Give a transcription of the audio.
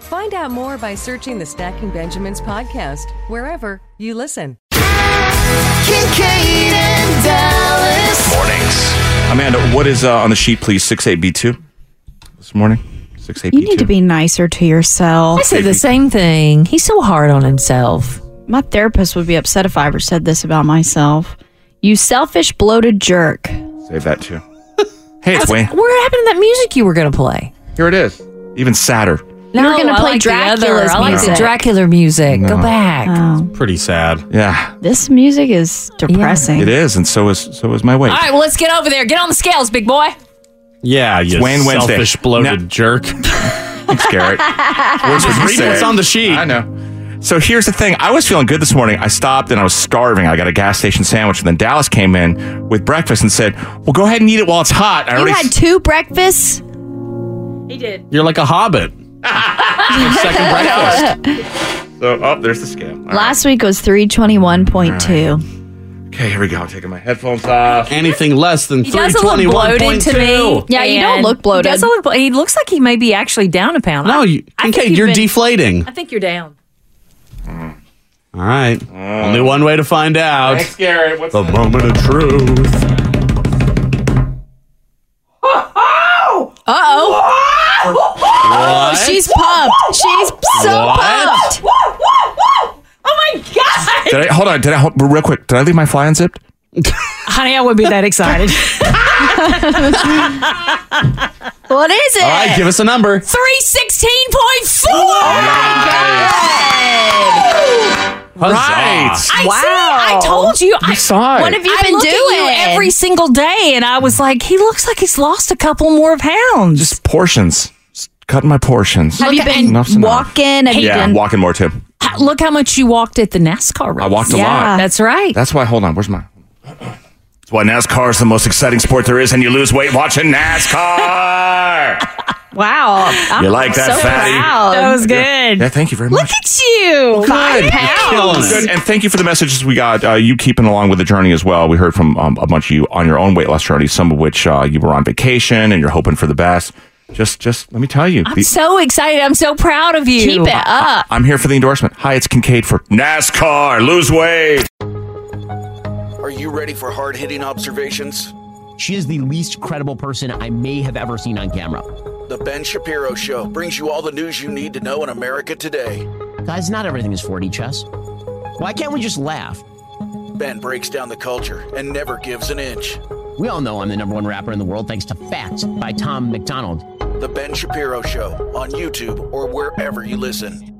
Find out more by searching the Stacking Benjamins podcast wherever you listen. Kincaid and Dallas. Mornings. Amanda, what is uh, on the sheet, please? 6AB2 this morning. 6AB2. You need to be nicer to yourself. I said the same thing. He's so hard on himself. My therapist would be upset if I ever said this about myself. You selfish, bloated jerk. Save that too. hey, it's Wayne. What happened to that music you were going to play? Here it is. Even sadder. No, You're gonna I play like the Dracula's other- I like the music. Dracula music. Go back. Oh, Pretty sad. Yeah, this music is depressing. it is, and so is so is my weight. All right, well, let's get over there. Get on the scales, big boy. Yeah, you Wayne Wednesday. selfish, bloated Now- jerk. Thanks, Garrett. Words with Read what's say. on the sheet. I know. So here's the thing. I was feeling good this morning. I stopped and I was starving. I got a gas station sandwich, and then Dallas came in with breakfast and said, "Well, go ahead and eat it while it's hot." I You had two breakfasts? You're like a hobbit. Second breakfast. so oh, there's the scam. All Last week was 321.2. right. Okay, here we go. Taking my headphones off. Anything less than He doesn't look bloated to me. Yeah, you don't And look bloated. He, doesn't look, blo- he looks like he may be actually down a pound. No, I- you, I think okay, you've you're been- deflating. I think you're down. All right. Only one way to find out. Thanks, Garrett. What's The moment of truth. Uh oh. What? Oh, She's pumped. She's so What? pumped. Did I hold on? Did I hold, real quick? Did I leave my fly unzipped? Honey, I wouldn't be that excited. What is it? All right, give us a number. 316.4! Oh Huzzah. Right. I see, I told you. I saw it. What have you I been look at doing? you every every single day, and I was like, he looks like he's lost a couple more pounds. Just portions. Just cutting my portions. Have you Look at- been Enough's enough. walking? Have you Yeah, I'm done? walking more too. Uh, look how much you walked at the NASCAR race. I walked a Yeah. lot. That's right. That's why. Hold on. Where's my? That's why NASCAR is the most exciting sport there is, and you lose weight watching NASCAR. Wow. I'm You like that, so fatty? proud. that was good. yeah, thank you very Look much. at you. Five Good. You're killing pounds. it. Good, and thank you for the messages we got. Uh, you keeping along with the journey as well. We heard from um, a bunch of you on your own weight loss journey. Some of which uh, you were on vacation and you're hoping for the best. Just, just let me tell you, I'm the- so excited. I'm so proud of you. Uh, Keep it up. I'm here for the endorsement. Hi, it's Kincaid for NASCAR. Lose weight. Are you ready for hard hitting observations? She is the least credible person I may have ever seen on camera. The Ben Shapiro Show brings you all the news you need to know in America today. Guys, not everything is 4D chess. Why can't we just laugh? Ben breaks down the culture and never gives an inch. We all know I'm the number one rapper in the world thanks to Facts by Tom McDonald. The Ben Shapiro Show on YouTube or wherever you listen.